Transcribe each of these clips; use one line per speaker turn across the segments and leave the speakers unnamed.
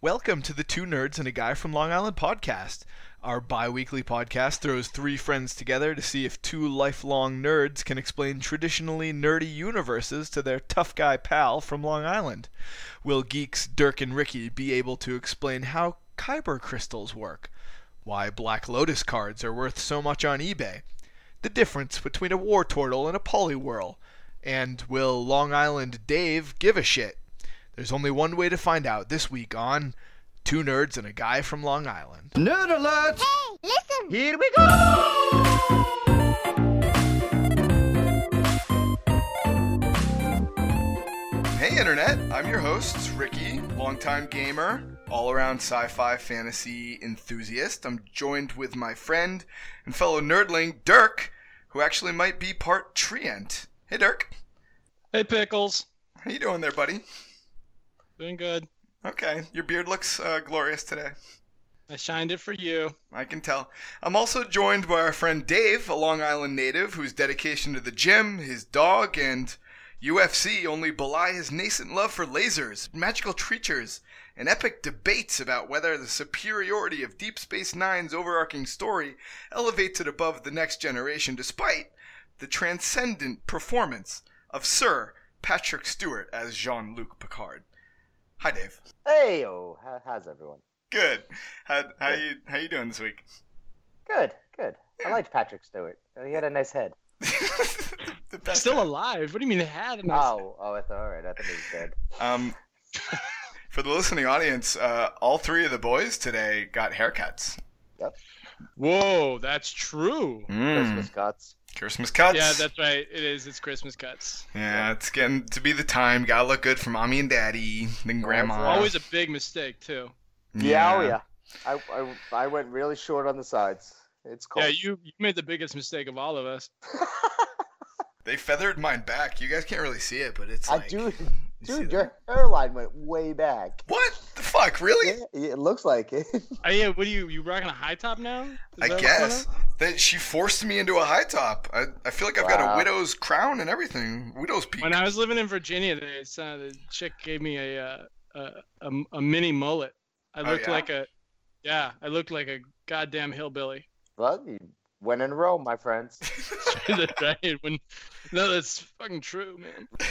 Welcome to the Two Nerds and a Guy from Long Island podcast. Our bi weekly podcast throws three friends together to see if two lifelong nerds can explain traditionally nerdy universes to their tough guy pal from Long Island. Will geeks Dirk and Ricky be able to explain how Kyber crystals work? Why Black Lotus cards are worth so much on eBay? The difference between a war turtle and a polywhirl? And will Long Island Dave give a shit? There's only one way to find out this week on Two Nerds and a Guy from Long Island.
Nerd alert!
Hey, listen!
Here we go!
Hey, Internet! I'm your host, Ricky, longtime gamer, all around sci fi fantasy enthusiast. I'm joined with my friend and fellow nerdling, Dirk, who actually might be part treant. Hey, Dirk.
Hey, Pickles.
How you doing there, buddy?
Doing good.
Okay, your beard looks uh, glorious today.
I shined it for you.
I can tell. I'm also joined by our friend Dave, a Long Island native whose dedication to the gym, his dog, and UFC only belie his nascent love for lasers, magical creatures, and epic debates about whether the superiority of Deep Space Nine's overarching story elevates it above the next generation despite the transcendent performance of Sir Patrick Stewart as Jean Luc Picard. Hi, Dave.
Hey, oh, how, how's everyone?
Good. How, how you how you doing this week?
Good, good. I liked Patrick Stewart. He had a nice head.
the best.
Still alive. What do you mean had? a nice-
Oh, oh, I thought, all right, I thought he was dead.
Um, for the listening audience, uh, all three of the boys today got haircuts.
Whoa, that's true.
Hmm.
Christmas cuts.
Christmas cuts.
Yeah, that's right. It is. It's Christmas cuts.
yeah. It's getting to be the time. Gotta look good for mommy and daddy, then grandma.
Always a big mistake too.
Yeah, oh yeah. I, I, I went really short on the sides. It's cold.
Yeah, you you made the biggest mistake of all of us.
They feathered mine back. You guys can't really see it, but it's
I
like.
do,
see
dude,
that?
your hairline went way back.
What the fuck? Really?
Yeah, it looks like it.
Oh yeah, what are you you rocking a high top now? Is that
I
what's
guess
going
that she forced me into a high top. I, I feel like I've got a
Wow.
widow's crown and everything. Widow's peak.
on? When I was living in Virginia, they, uh, the chick gave me a uh, a, a a mini mullet. I
Oh,
looked
yeah?
like a yeah, I looked like a goddamn hillbilly.
well, you went in Rome, my friends.
that's right. When no, that's fucking true, man.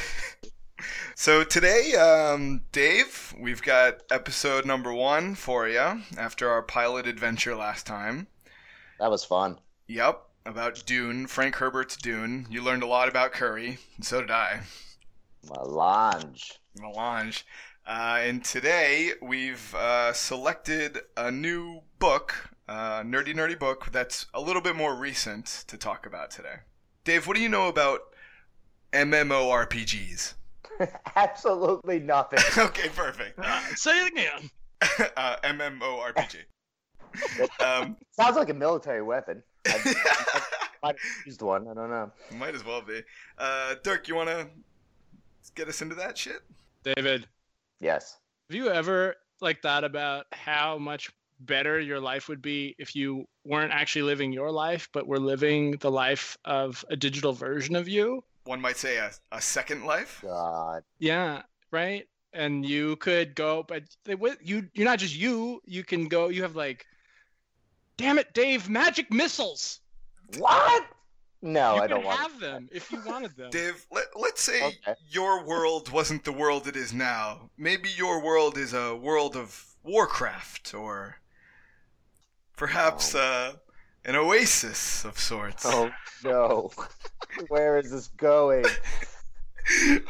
So today, um, Dave, we've got episode number one for you after our pilot adventure last time.
That was fun.
Yep, about Dune, Frank Herbert's Dune. You learned a lot about Curry, and so did I.
Melange.
Melange. Uh, and today we've uh, selected a new book, uh, nerdy nerdy book that's a little bit more recent to talk about today. Dave, what do you know about MMORPGs?
Absolutely nothing.
okay, perfect.
Say it again.
uh, MMORPG. um,
Sounds like a military weapon. I might have used one. I don't know.
might as well be. Uh, Dirk, you want to get us into that shit?
David,
Yes.
have you ever like thought about how much better your life would be if you weren't actually living your life, but were living the life of a digital version of you?
One might say a, a second life.
God.
Yeah, right. And you could go, but they would you you're not just you. You can go. You have like, damn it, Dave, magic missiles.
What? No,
you
I
could
don't want
have them if you wanted them.
Dave, let, let's say
Okay.
your world wasn't the world it is now. Maybe your world is a world of Warcraft or perhaps uh, an oasis of sorts.
Oh no. Where is this going?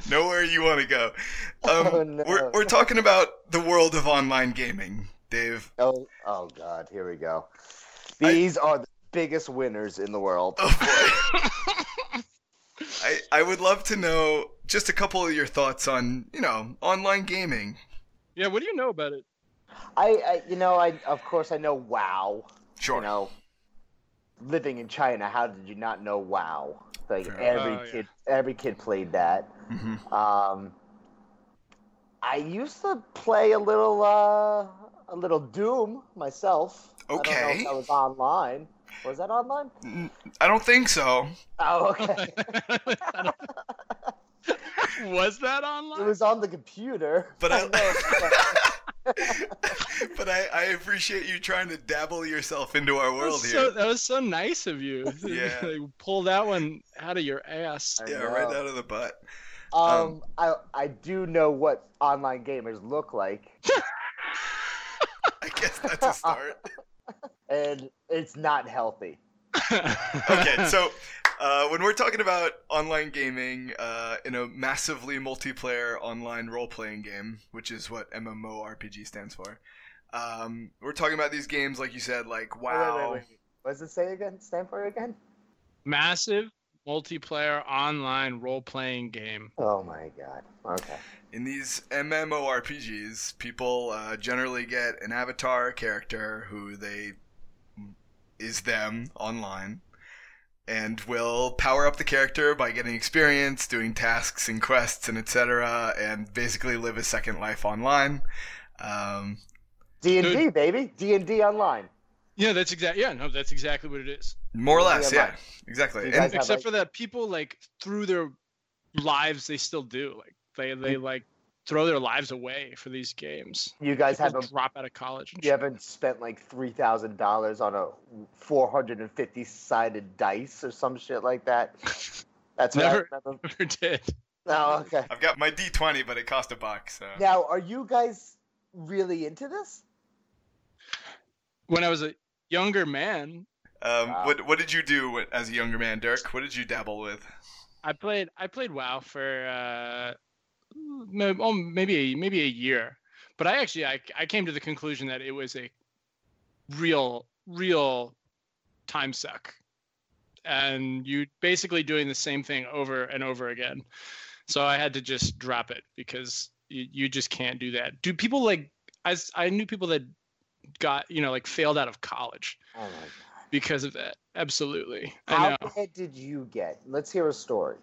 Nowhere you want to go. Um,
Oh, no.
we're, we're talking about the world of online gaming, Dave.
Oh, oh god, here we go. These are the biggest winners in the world.
Oh boy. I I would love to know just a couple of your thoughts on you know online gaming.
Yeah. What do you know about it?
I, I you know, I of course I know wow.
Sure.
You know, living in China, how did you not know wow? Like
Fair.
every
Oh, yeah.
kid every kid played that.
hmm
Um I used to play a little uh a little Doom myself. I don't know
Okay.
if that was online. Was that online?
I don't think so.
Oh, okay.
Was that online?
it was on the computer.
But I-
know,
but I, I appreciate you trying to dabble yourself into our
That was
world
so-
here.
that was so nice of you.
Yeah.
Like, pull that one out of your ass.
I
Yeah,
know.
right out of the butt.
Um, I I do know what online gamers look like,
I guess that's a start.
and it's not healthy.
okay, so uh, when we're talking about online gaming uh, in a massively multiplayer online role playing game, which is what MMORPG stands for, um, we're talking about these games, like you said, like
Oh,
WoW.
Wait, wait, wait. What does it say again? Stand for it again?
Massive multiplayer online role playing game.
Oh my god. Okay.
In these MMORPGs, people uh, generally get an avatar character who they is them online, and will power up the character by getting experience, doing tasks and quests and etc., and basically live a second life online. Um,
D and D baby. D and D online.
Yeah, that's exactly. Yeah, no, that's exactly what it is.
more or
Yeah,
less,
yeah,
yeah, exactly.
You
And-
guys- That's how
Except
they-
for that, people like through their lives, they still do. Like they they like throw their lives away for these games.
You guys
People
haven't
drop out of college. And
you haven't spent like three thousand dollars on a four hundred and fifty sided dice or some shit like that. That's what
Never.
I remember.
shit. Never did.
No, okay.
I've got my D20, but it cost a buck. So
Now, are you guys really into this?
When I was a younger man,
um,
Wow.
what what did you do when- as a younger man, Dirk? What did you dabble with?
I played I played WoW for uh, m- oh, maybe a, maybe a year, but I actually I, I came to the conclusion that it was a real real time suck, and you basically doing the same thing over and over again. So I had to just drop it because you, you just can't do that. Do people like I s- I knew people that got you know like failed out of college
Oh my god.
because of that. Absolutely, I
How
know.
bad did you get? Let's hear a story.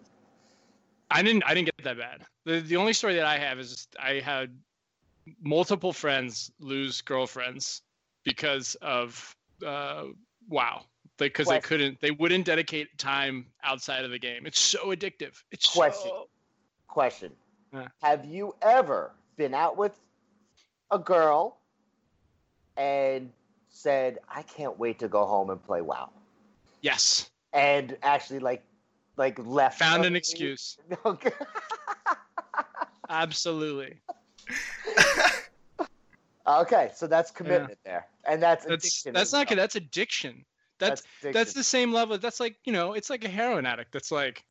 I didn't. I didn't get that bad. The the only story that I have is I had multiple friends lose girlfriends because of uh, wow, because they
Question.
couldn't. They wouldn't dedicate time outside of the game. It's so addictive. It's
Question.
so-
Question.
Yeah.
Have you ever been out with a girl and said, I can't wait to go home and play WoW?
yes,
And actually like like left
found an
early?
excuse.
Okay.
Absolutely.
okay, so that's commitment there. And that's
That's
addiction
that's
as
not good.
well.
That's addiction. That's
addiction.
that's the same level. That's like you know, it's like a heroin addict. That's like,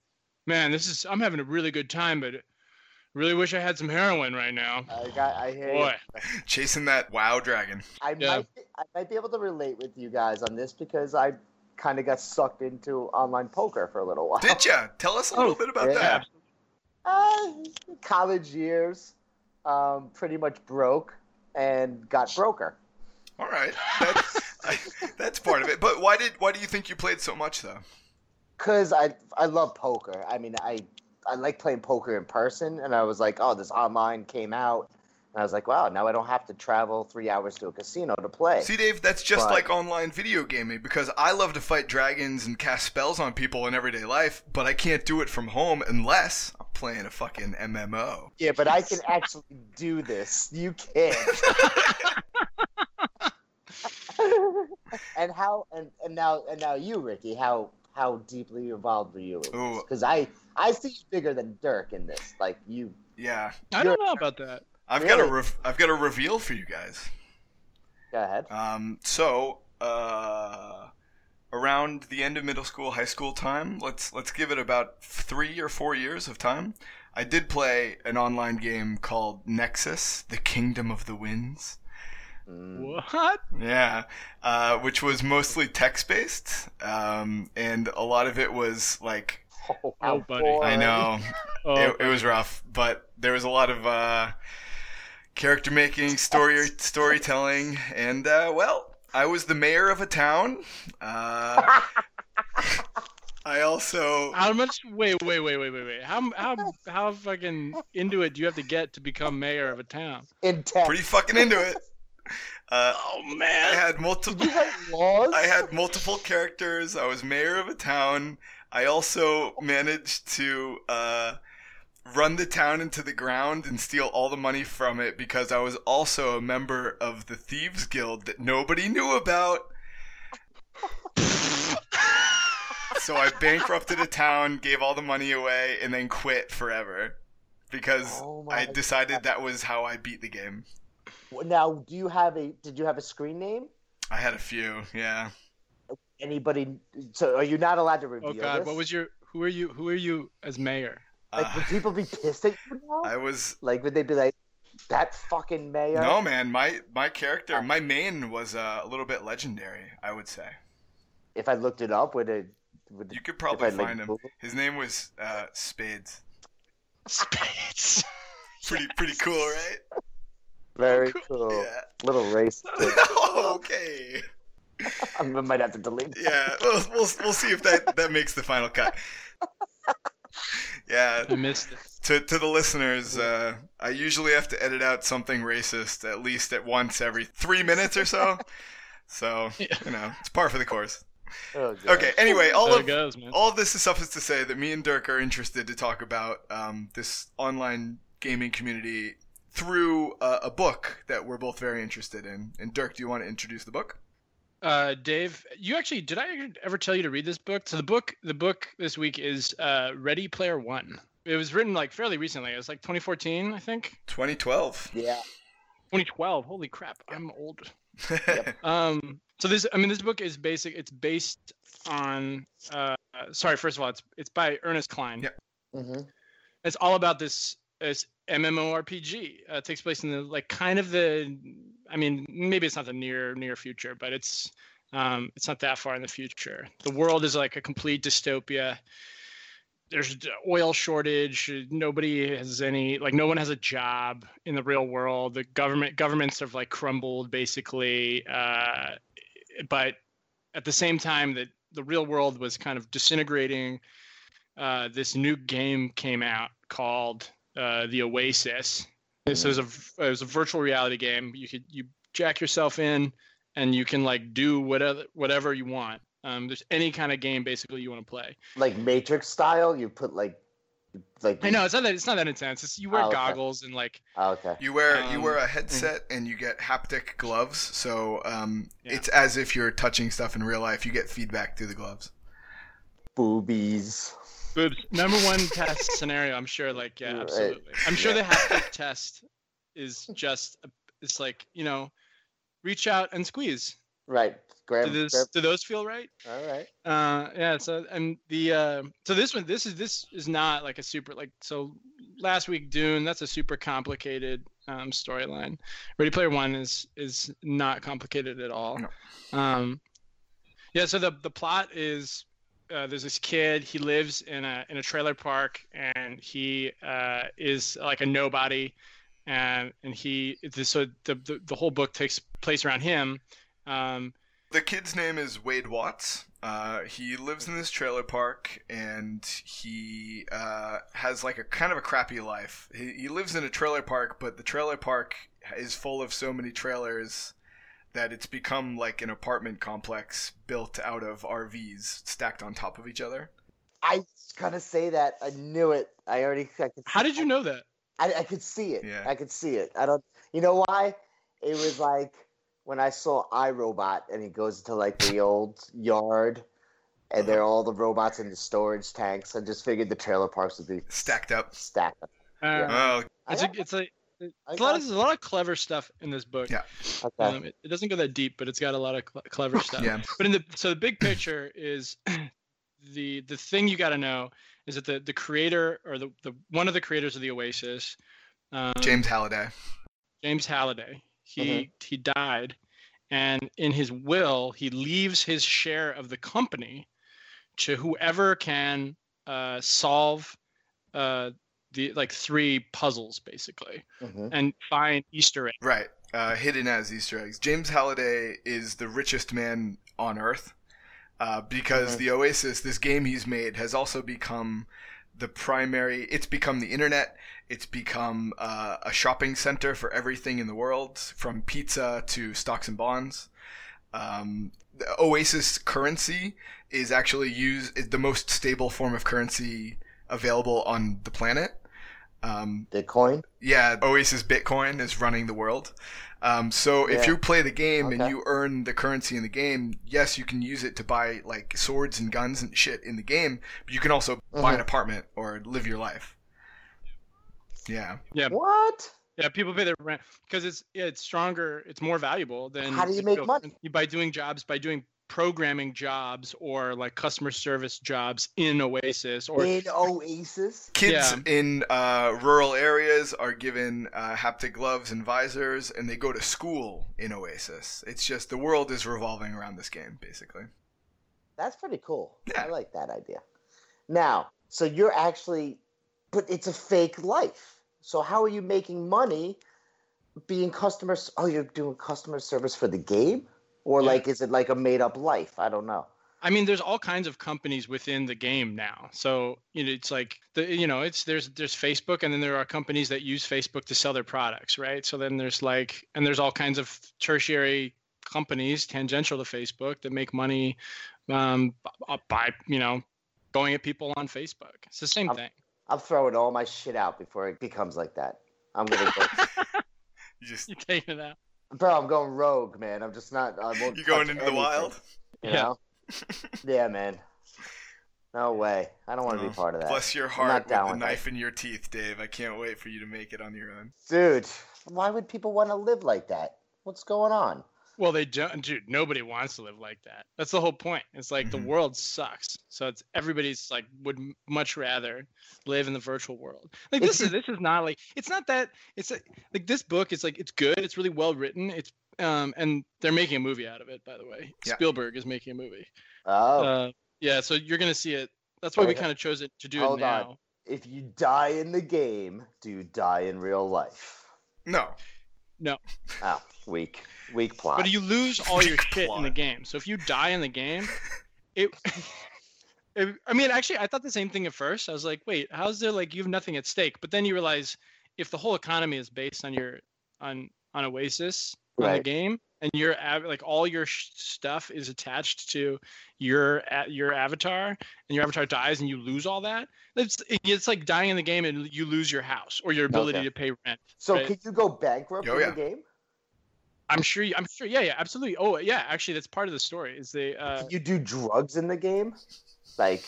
man, this is. I'm having a really good time, but really wish I had some heroin right now.
I got I hear you.
Boy.
Chasing that WoW dragon.
I
Yeah.
might be, I might be able to relate with you guys on this because I kind of got sucked into online poker for a little while.
Did ya? Tell us a little bit about
Oh, yeah.
that.
Uh, college years, um, pretty much broke and got broker.
All right, that's, I, that's part of it. But why did why do you think you played so much though?
Cause I I love poker. I mean I I like playing poker in person, and I was like, oh, this online came out, and I was like, wow, now I don't have to travel three hours to a casino to play.
See, Dave, that's just
Why?
like online video gaming because I love to fight dragons and cast spells on people in everyday life, but I can't do it from home unless I'm playing a fucking MMO.
yeah, but I can actually do this. You can't. and how and, and now and now you, Ricky, how how deeply involved were you?
Ooh.
Because I I see you bigger than Dirk in this. Like you
Yeah,
I don't know about that.
I've got a
Really?
re- I've got a reveal for you guys.
go ahead.
Um, so uh, around the end of middle school, high school time, let's let's give it about three or four years of time. I did play an online game called Nexus: The Kingdom of the Winds.
Mm.
What?
Yeah, uh, which was mostly text based, um, and a lot of it was like
Oh,
Oh, buddy.
I know
Oh,
it, it was rough, but there was a lot of uh, character making, story storytelling, and uh, well, I was the mayor of a town. Uh, I also
how much? Wait, wait, wait, wait, wait, wait. How how how fucking into it do you have to get to become mayor of a town?
Intense.
pretty fucking into it. Uh,
Oh
I
man.
had multiple.
You like laws?
I had multiple characters. I was mayor of a town. I also managed to uh, run the town into the ground and steal all the money from it because I was also a member of the Thieves Guild that nobody knew about. so I bankrupted a town, gave all the money away, and then quit forever because
Oh my
I decided that was how I beat the game.
God. Now, do you have a? Did you have a screen name?
I had a few, yeah.
Anybody? So, are you not allowed to reveal?
Oh God,
this?
what was your? Who are you? Who are you as mayor?
Like,
Uh,
would people be pissed at you now?
I was
Like, would they be like, that fucking mayor?
No man, my my
Oh.
character, my main was uh, a little bit legendary. I would say
If I looked it up, would it? Would
you
it
could
if I
probably
like,
find him.
Google-
His name was uh, Spades.
Spades.
Pretty pretty cool, right?
Very cool. Little race.
Yeah. okay.
I might have to delete. it.
Yeah. We'll, we'll we'll see if that that makes the final cut. Yeah.
I missed it.
To to the listeners, uh, I usually have to edit out something racist at least at once every three minutes or so. So you know, it's par for the course.
Oh, God.
Okay. Anyway, all
there
of
it goes, man.
all this is suffice to say that me and Dirk are interested to talk about um, this online gaming community through uh, a book that we're both very interested in. And Dirk, do you want to introduce the book?
Uh, Dave, you actually did I ever tell you to read this book? So the book, the book this week is uh, Ready Player One. It was written like fairly recently. It was like 2014, I think.
2012.
Yeah.
2012. Holy crap, I'm old. Um, so this, I mean, this book is basic. It's based on. Uh, sorry, first of all, it's it's by Ernest Klein.
Yeah.
hmm
It's all about this this MMORPG. Uh, it takes place in the like kind of the. I mean, maybe it's not the near near future, but it's um, it's not that far in the future. The world is like a complete dystopia. There's d- oil shortage. Nobody has any like no one has a job in the real world. The government governments have like crumbled basically. Uh, but at the same time that the real world was kind of disintegrating, uh, this new game came out called uh, the Oasis. This
Mm-hmm.
is a it was a virtual reality game. You could you jack yourself in, and you can like do whatever whatever you want. Um, there's any kind of game basically you want to play.
Like Matrix style, you put like, like.
I know it's not that it's not that intense. It's you wear
Oh, okay.
goggles and like
Oh, okay.
You wear you
Um,
wear a headset and you get haptic gloves, so um,
Yeah.
it's as if you're touching stuff in real life. You get feedback through the gloves.
Boobies.
boobs. Number one test scenario, I'm sure. Like yeah,
Right.
absolutely. I'm sure
Yeah.
the haptic test is just it's like you know, reach out and squeeze.
Right. Grab.
Do, this,
grab-
do those feel right?
All right.
uh yeah so and the uh so this one this is this is not like a super like so last week dune that's a super complicated um storyline ready player one is is not complicated at all
No.
um yeah so the the plot is uh, there's this kid he lives in a in a trailer park and he uh is like a nobody and and he this so the the, the whole book takes place around him um
The kid's name is Wade Watts. Uh, he lives in this trailer park, and he uh, has like a kind of a crappy life. He, he lives in a trailer park, but the trailer park is full of so many trailers that it's become like an apartment complex built out of RVs stacked on top of each other.
I was gonna say that. I knew it. I already. I could,
how did you know that
I, I could see it.
Yeah.
I could see it. I don't. You know why? It was like when I saw iRobot and he goes to like the old yard, and there are
Uh-huh.
all the robots in the storage tanks. I just figured the trailer parks would be
Stacked up.
stacked. up.
Uh,
Oh,
It's a,
I-
it's a,
I
it's a lot
got-
of, there's a lot of clever stuff in this book.
Yeah.
Okay.
Um, it, it doesn't go that deep, but it's got a lot of cl- clever stuff.
yeah.
But in the so the big picture is the the thing you got to know is that the the creator or the, the one of the creators of the Oasis, um,
James Mm-hmm. Halliday.
James Halliday. He he died, and in his will, he leaves his share of the company to whoever can uh, solve uh, the like three puzzles basically
Mhm.
and find Easter eggs.
Right. Uh, hidden as Easter eggs. James Halliday is the richest man on earth uh, because
Mhm.
the Oasis, this game he's made, has also become the primary. It's become the internet. It's become uh, a shopping center for everything in the world, from pizza to stocks and bonds. Um, the Oasis currency is actually used is the most stable form of currency available on the planet. Um,
Bitcoin.
yeah, Oasis Bitcoin is running the world. Um, so if
Yeah.
you play the game and
Okay.
you earn the currency in the game, yes, you can use it to buy like swords and guns and shit in the game, but you can also
Mm-hmm.
buy an apartment or live your life. Yeah.
Yep.
What?
Yeah, people pay their rent because it's yeah, it's stronger, it's more valuable than.
How do you
the
make
real-
money?
By doing jobs, by doing programming jobs or like customer service jobs in Oasis or
In Oasis?
Kids
Yeah.
in uh, rural areas are given uh, haptic gloves and visors, and they go to school in Oasis. It's just the world is revolving around this game, basically.
That's pretty cool.
Yeah.
I like that idea. Now, so you're actually, but it's a fake life. So how are you making money being customer? s- Oh, you're doing customer service for the game? Or
Yeah.
like, is it like a made up life? I don't know.
I mean, there's all kinds of companies within the game now. So you know, it's like the you know, it's there's there's Facebook, and then there are companies that use Facebook to sell their products, right? So then there's like, and there's all kinds of tertiary companies tangential to Facebook that make money um, b- by you know going at people on Facebook. It's the same
Um,
thing.
I'm throwing all my shit out before it becomes like that. I'm gonna go,
You just
You take it out.
bro. I'm going rogue, man. I'm just not. I won't
you going
touch
into the
anything,
wild.
You
Yeah.
know? yeah, man. No way. I don't want to
No.
be part of that.
Bless your
not
heart with
down
the
with that.
knife in your teeth, Dave. I can't wait for you to make it on your own.
Dude, why would people want to live like that? What's going on?
Well, they don't, dude. Nobody wants to live like that. That's the whole point. It's like
Mm-hmm.
Mhm.
the world sucks, so it's everybody's like would m- much rather live in the virtual world. Like
If
this is this is not like it's not that it's a, like this book. It's like it's good. It's really well written. It's um and they're making a movie out of it. By the way,
Yeah.
Spielberg is making a movie.
Oh,
Uh, yeah, so you're gonna see it. That's why we
Okay.
kind of chose it to do
Hold
it
on.
now.
if you die in the game, do you die in real life?
No.
Oh, weak, weak plot.
But you lose all your
Weak
shit in the
plot.
game. So if you die in the game, it, it. I mean, actually, I thought the same thing at first. I was like, wait, how's there like you have nothing at stake? But then you realize if the whole economy is based on your on on Oasis on the
Right.
game, and your av- like all your sh- stuff is attached to your a- your avatar, and your avatar dies, and you lose all that. It's it's like dying in the game, and you lose your house or your ability
Okay.
to pay rent.
so
right.
could you go bankrupt
Oh,
in
yeah.
the game?
I'm sure. You, I'm sure. Yeah, yeah, absolutely. Oh, yeah. Actually, that's part of the story. Is they uh,
Could you do drugs in the game? Like,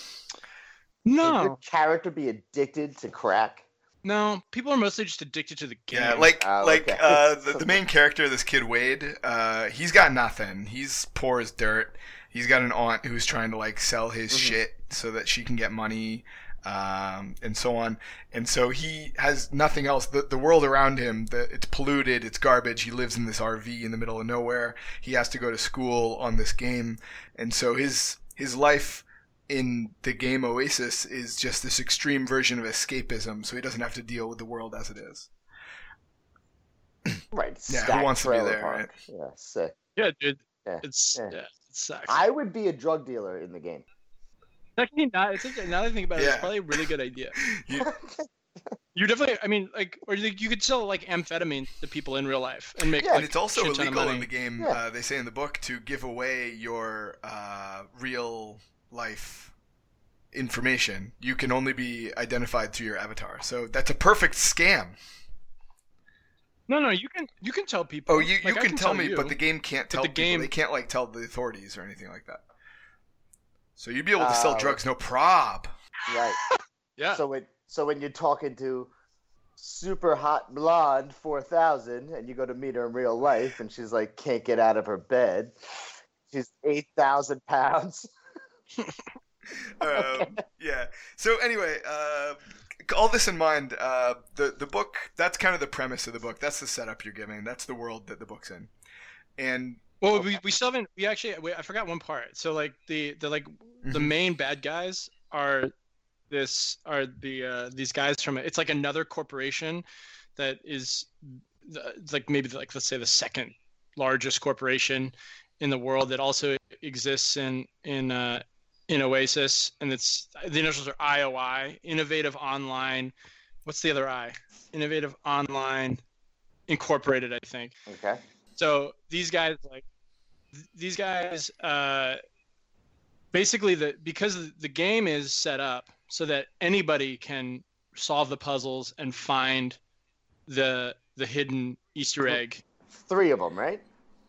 could your
no,
character be addicted to crack?
no. People are mostly just addicted to the game.
Yeah, like
Oh,
like
okay.
uh, the, the main character, this kid Wade, uh, he's got nothing. He's poor as dirt. He's got an aunt who's trying to like sell his
Mhm.
shit so that she can get money, um, and so on. And so he has nothing else. The, the world around him, the, it's polluted, it's garbage. He lives in this RV in the middle of nowhere. He has to go to school on this game, and so his his life in the game Oasis is just this extreme version of escapism. So he doesn't have to deal with the world as it is.
Right.
Yeah, who
stacked
wants to be
trailer
there,
park.
right?
Yeah, sick.
yeah, dude.
Yeah,
It's
yeah.
yeah. it sucks.
I would be a drug dealer in the game.
It's actually not. It's actually, now that I think about it, it's
Yeah.
probably a really good idea. You definitely. I mean, like, or you, you could sell like amphetamine to people in real life and make.
Yeah.
like,
and it's also
shit ton of
illegal in
money.
the game.
Yeah.
Uh, they say in the book to give away your uh, real life information. You can only be identified through your avatar. So that's a perfect scam.
No, no. You can you can tell people.
Oh, you, you
Like, I
can, tell me,
you,
but the game can't tell
the
people.
game-
They can't like tell the authorities or anything like that. So you'd be able to sell
Oh.
drugs, no prob.
right.
Yeah.
So when so when you're talking to super hot blonde four thousand and you go to meet her in real life and she's like can't get out of her bed. She's eight thousand pounds.
um, yeah. So anyway, uh, all this in mind, uh, the the book that's kind of the premise of the book. That's the setup you're giving. That's the world that the book's in, and
Well, we, we still haven't. We actually. We, I forgot one part. So like the the like the
Mhm.
main bad guys are this are the uh, these guys from it's like another corporation that is the, it's like maybe like let's say the second largest corporation in the world that also exists in in uh, in Oasis and it's the initials are IOI Innovative Online. What's the other I? Innovative Online Incorporated, I think.
Okay.
So these guys like th- these guys uh basically the because the game is set up so that anybody can solve the puzzles, and find the the hidden Easter egg.
Three of them, right?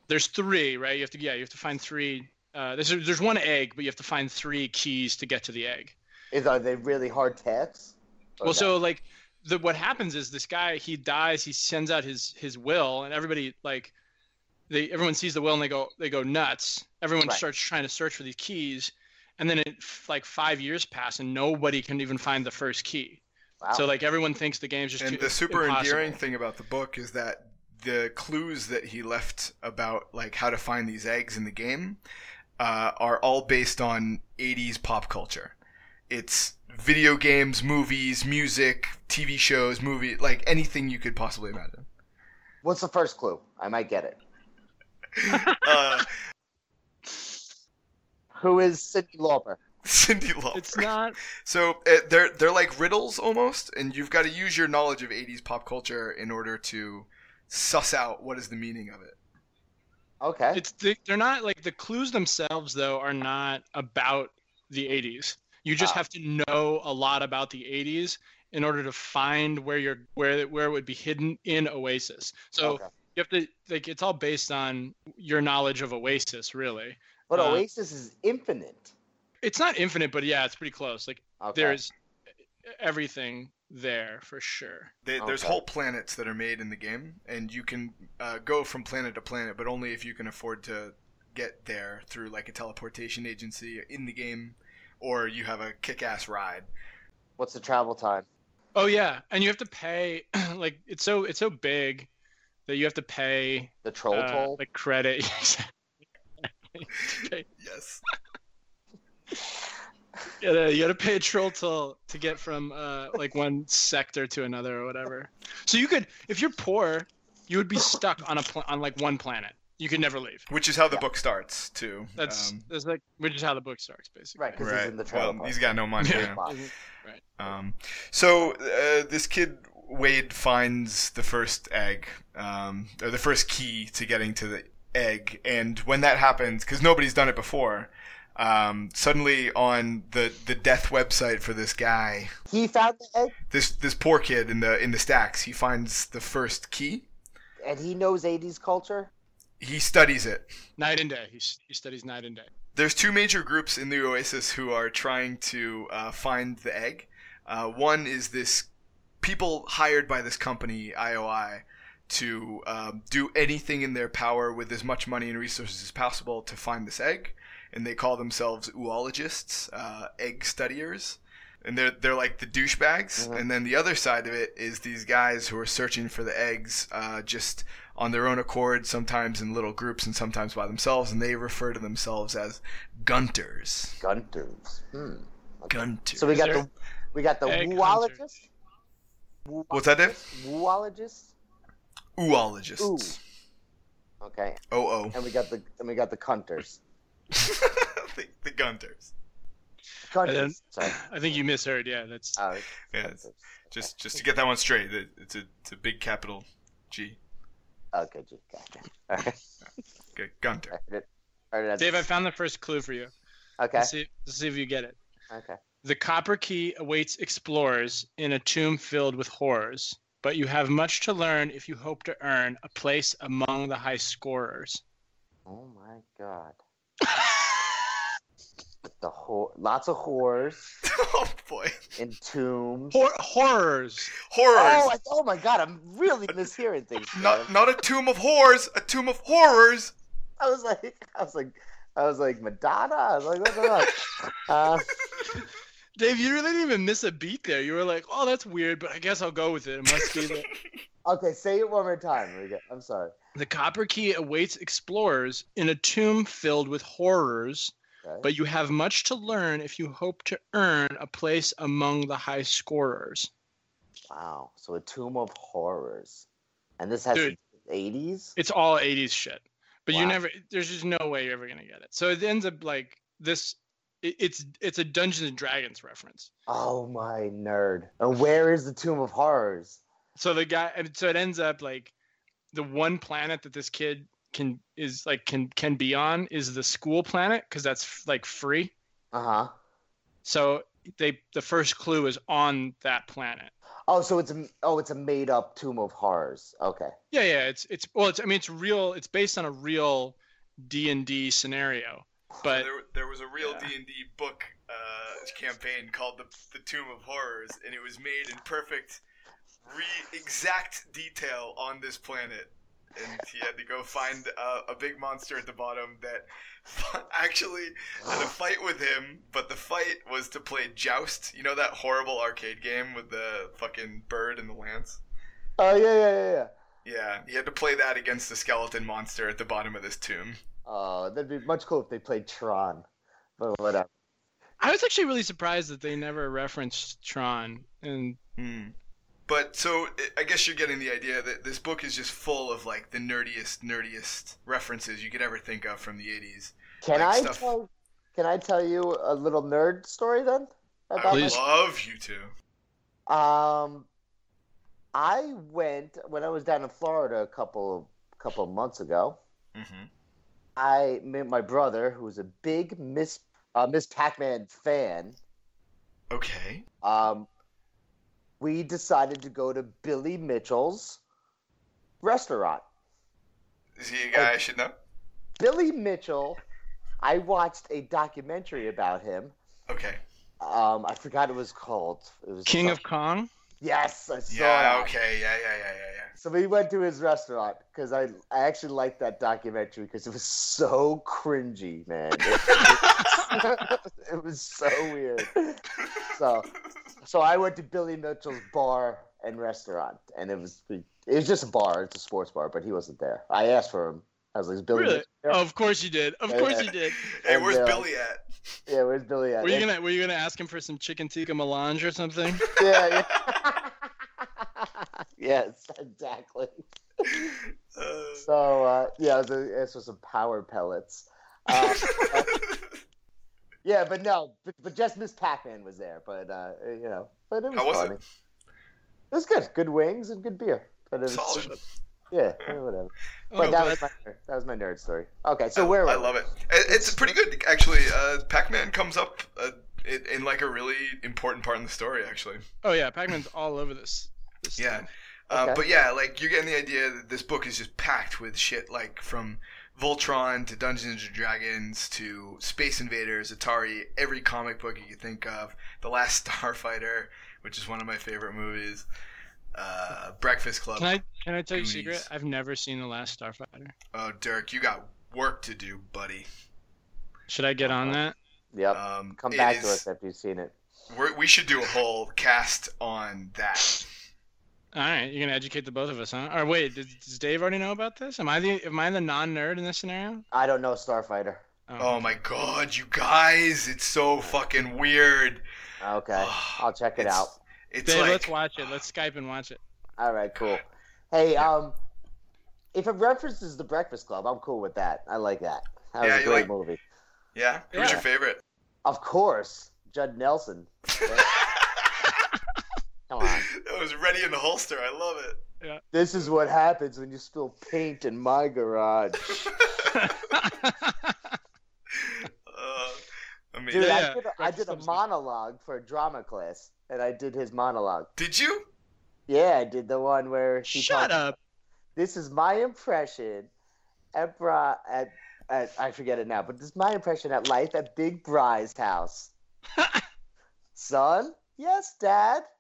There's three, right? You have to yeah, you have to find three. Uh, there's there's one egg, but you have to find three keys to get to the egg.
Is are they really hard tasks? Or
Well,
no?
so like the what happens is this guy he dies. He sends out his his will, and everybody like they everyone sees the will and they go they go nuts. Everyone
Right.
starts trying to search for these keys, and then it f- like five years pass and nobody can even find the first key.
Wow.
So like everyone thinks the game's just
and
too,
the super
impossible.
endearing thing about the book is that the clues that he left about like how to find these eggs in the game uh, are all based on 80s pop culture it's video games movies music tv shows movie like anything you could possibly imagine
what's the first clue? I might get it.
uh,
Who is Cindy Lauper?
cindy lauper
It's not
so uh, they're they're like riddles almost and you've got to use your knowledge of 80s pop culture in order to suss out what is the meaning of it
Okay.
it's the, they're not like the clues themselves though are not about the 80s you just
Ah.
have to know a lot about the 80s in order to find where you're where where it would be hidden in oasis so
Okay.
you have to like it's all based on your knowledge of oasis really
But
uh,
Oasis is infinite.
it's not infinite but yeah it's pretty close like
Okay.
there's everything there for sure
They, There's
Okay.
whole planets that are made in the game, and you can uh, go from planet to planet, but only if you can afford to get there through like a teleportation agency in the game, or you have a kick-ass ride.
What's the travel time?
oh yeah and you have to pay like it's so it's so big that you have to pay
The troll
uh,
toll?
like credit
Yes.
Yeah, no, you gotta pay a troll toll to get from uh, like one sector to another or whatever. So you could, if you're poor, you would be stuck on a pla- on like one planet. You could never leave.
Which is how the
Yeah.
book starts too.
That's
Um,
that's like which is how the book starts basically.
Right, 'cause he's in the
well,
trailer
he's
park.
got no money.
Yeah.
you know.
Box.
Um, so uh, this kid Wade finds the first egg, um, or the first key to getting to the egg, and when that happens, because nobody's done it before, um, suddenly on the the death website for this guy,
He found the egg
this this poor kid in the in the stacks, he finds the first key.
and he knows 80s culture.
He studies it.
Night and day. He s- he studies night and day.
there's two major groups in the Oasis who are trying to uh, find the egg. Uh, one is this people hired by this company IOI to um, do anything in their power with as much money and resources as possible to find this egg, and they call themselves oologists, uh, egg studiers. And they're, they're like the douchebags.
Mhm.
And then the other side of it is these guys who are searching for the eggs uh, just on their own accord, sometimes in little groups and sometimes by themselves, and they refer to themselves as gunters.
Gunters. Hmm.
Gunters.
So we got
there-
the we got the
Egg
woolologist.
What's that, Dave?
Woolologist.
Oologists.
Okay.
Oh, oh.
And we got the and we got the cunters.
the, the gunters.
Cunters.
then-
Sorry.
I think you misheard. Yeah, that's
Oh, it's
Yeah,
cunters.
it's- just just to get that one straight, it- it's a, it's a big capital G.
Okay, gee, gotcha. All right.
Okay, Gunter.
All right. All right.
Dave. I found the first clue for you.
Okay.
Let's see, let's see if you get it.
Okay.
The copper key awaits explorers in a tomb filled with horrors, but you have much to learn if you hope to earn a place among the high scorers.
Oh my god. The whore, lots of whores
oh boy,
in tombs.
Hor- horrors.
Oh,
horrors!
I- oh my god, I'm really mishearing things. man.
not not a tomb of horrors, a tomb of horrors.
I was like, I was like, I was like Madonna. I was like, what's going on? Uh,
Dave, you really didn't even miss a beat there. You were like, "Oh, that's weird, but I guess I'll go with it." It must be the,
okay, say it one more time. Riga. I'm sorry.
the copper key awaits explorers in a tomb filled with horrors,
Okay.
but you have much to learn if you hope to earn a place among the high scorers.
wow, so a tomb of horrors, and this has
Dude.
80s.
It's all 80s shit. But you
Wow.
never there's just no way you're ever going to get it. So it ends up like this it, it's it's a Dungeons and Dragons reference.
Oh my nerd! And where is the tomb of horrors?
So the guy and so it ends up like the one planet that this kid can is like can
Uh-huh.
can be on is the school planet cuz that's like free.
Uh huh.
So they the first clue is on that planet.
Oh, so it's a, oh, it's a made up Tomb of Horrors. Okay.
Yeah, yeah. It's it's well, it's I mean, it's real. It's based on a real D and D scenario, but
there, there was a real
Yeah.
D and D book uh, campaign called the, the Tomb of Horrors, and it was made in perfect, re- exact detail on this planet. And he had to go find uh, a big monster at the bottom that fu- actually had a fight with him, but the fight was to play Joust. You know that horrible arcade game with the fucking bird and the lance?
Oh yeah, yeah, yeah, yeah.
Yeah, he had to play that against the skeleton monster at the bottom of this tomb.
Oh, that'd be much cool if they played Tron, but whatever.
I was actually really surprised that they never referenced Tron. And
Hmm. But so I- I guess you're getting the idea that this book is just full of like the nerdiest, nerdiest references you could ever think of from the 80s.
Can
Like
I
stuff-
tell? Can I tell you a little nerd story then?
I
Please.
love you two.
that? Um, I went when I was down in Florida a couple couple months ago.
Mm-hmm.
I met my brother, who's a big Miss uh, Miss Pac-Man fan.
Okay.
Um, we decided to go to Billy Mitchell's restaurant.
Is he
Oh.
a guy I should know?
Billy Mitchell. I watched a documentary about him.
Okay.
Um, I forgot it was called. It was
King of Kong.
Yes, I saw
Yeah.
that.
Okay. Yeah. Yeah. Yeah. Yeah. Yeah.
So we went to his restaurant because I I actually liked that documentary because it was so cringy, man. it was so weird. So so I went to Billy Mitchell's bar and restaurant, and it was it was just a bar, it's a sports bar, but he wasn't there. I asked for him. I was like, "Is Billy
Really? Oh.
Mitchell there?"
of course you did. Of
Yeah,
course
yeah.
you did.
Hey,
And,
where's
uh,
Billy at?
Yeah, where's Billy at?
Were you gonna Were you gonna ask him for some chicken tikka melange or something?
Yeah. yeah. yes, exactly.
Uh,
So uh, yeah, it was, a, it was some power pellets. Uh, yeah, but no, but, but just Miss Pac-Man was there. But uh, you know, but it was,
How was
funny. It? was good. Good wings and good beer. But it was,
solid.
yeah, yeah, whatever. But
Oh,
that
but-
was my that was my nerd story. Okay, so
I-
where
I
were
love it. It- It's pretty good actually. Uh, Pac-Man comes up uh, in, in like a really important part in the story actually.
oh yeah, Pac-Man's all over this. this
Yeah.
thing.
Uh,
Okay.
But yeah, like you're getting the idea that this book is just packed with shit, like from Voltron to Dungeons and Dragons to Space Invaders, Atari, every comic book you could think of, The Last Starfighter, which is one of my favorite movies, uh, Breakfast Club.
Can I Can I tell you a
Goonies.
secret? I've never seen the last Starfighter.
Oh, Dirk, you got work to do, buddy.
Should I
Oh,
get on that?
we? Yep.
Um,
Come
it
back to
is-
us after you've seen it.
we're- we should do a whole cast on that.
All right, you're gonna educate the both of us, huh? Or wait, does, does Dave already know about this? Am I the Am I the non-nerd in this scenario?
I don't know Starfighter.
Oh my god, you guys, it's so fucking weird.
Okay, I'll check it
It's-
out.
It's
Dave,
like
let's watch it. Let's Skype and watch it.
All right, cool. Hey, um, if it references The Breakfast Club, I'm cool with that. I like that. That was
Yeah,
a
you
great
like-
movie.
yeah. Who's
Yeah.
your favorite?
Of course, Judd Nelson. Come on.
That was ready in the holster. I love it.
This is what happens when you spill paint in my garage.
Uh, amazing.
Dude,
Yeah,
I did, I did a
Breakfast Club's-
monologue for a drama class, and I did his monologue.
Did you?
Yeah, I did the one where he
Shut
talked-
up.
This is my impression at, Bri- at, at I forget it now, but this is my impression at life at Big Bri's house. Son? Yes, Dad.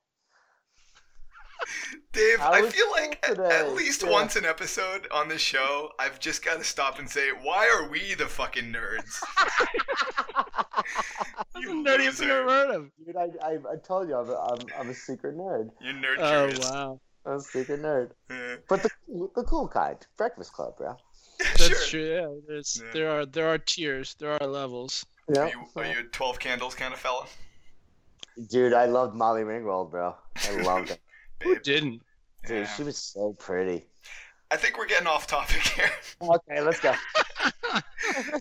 Dave,
I
I,
was
feel
cool
like at,
today.
at least
Yeah.
once an episode on this show, I've just got to stop and say, why are we the fucking nerds?
That's the
You
nerdiest thing
loser.
I've ever heard of.
Dude, I, I, I told you I'm, a- I'm, I'm a secret nerd.
You're nerd
Oh
curious.
wow,
I'm a secret nerd.
Yeah.
But the, the cool kind. Breakfast Club, bro.
that's
sure.
true. Yeah, there's
Yeah.
there are there are tiers, there are levels.
Yeah.
Are you, are you a 12 candles kind of fella?
Dude, I loved Molly Ringwald, bro. I loved her.
Who
Babe.
didn't?
Dude,
Yeah.
she was so pretty.
I think we're getting off topic here.
Okay, let's go.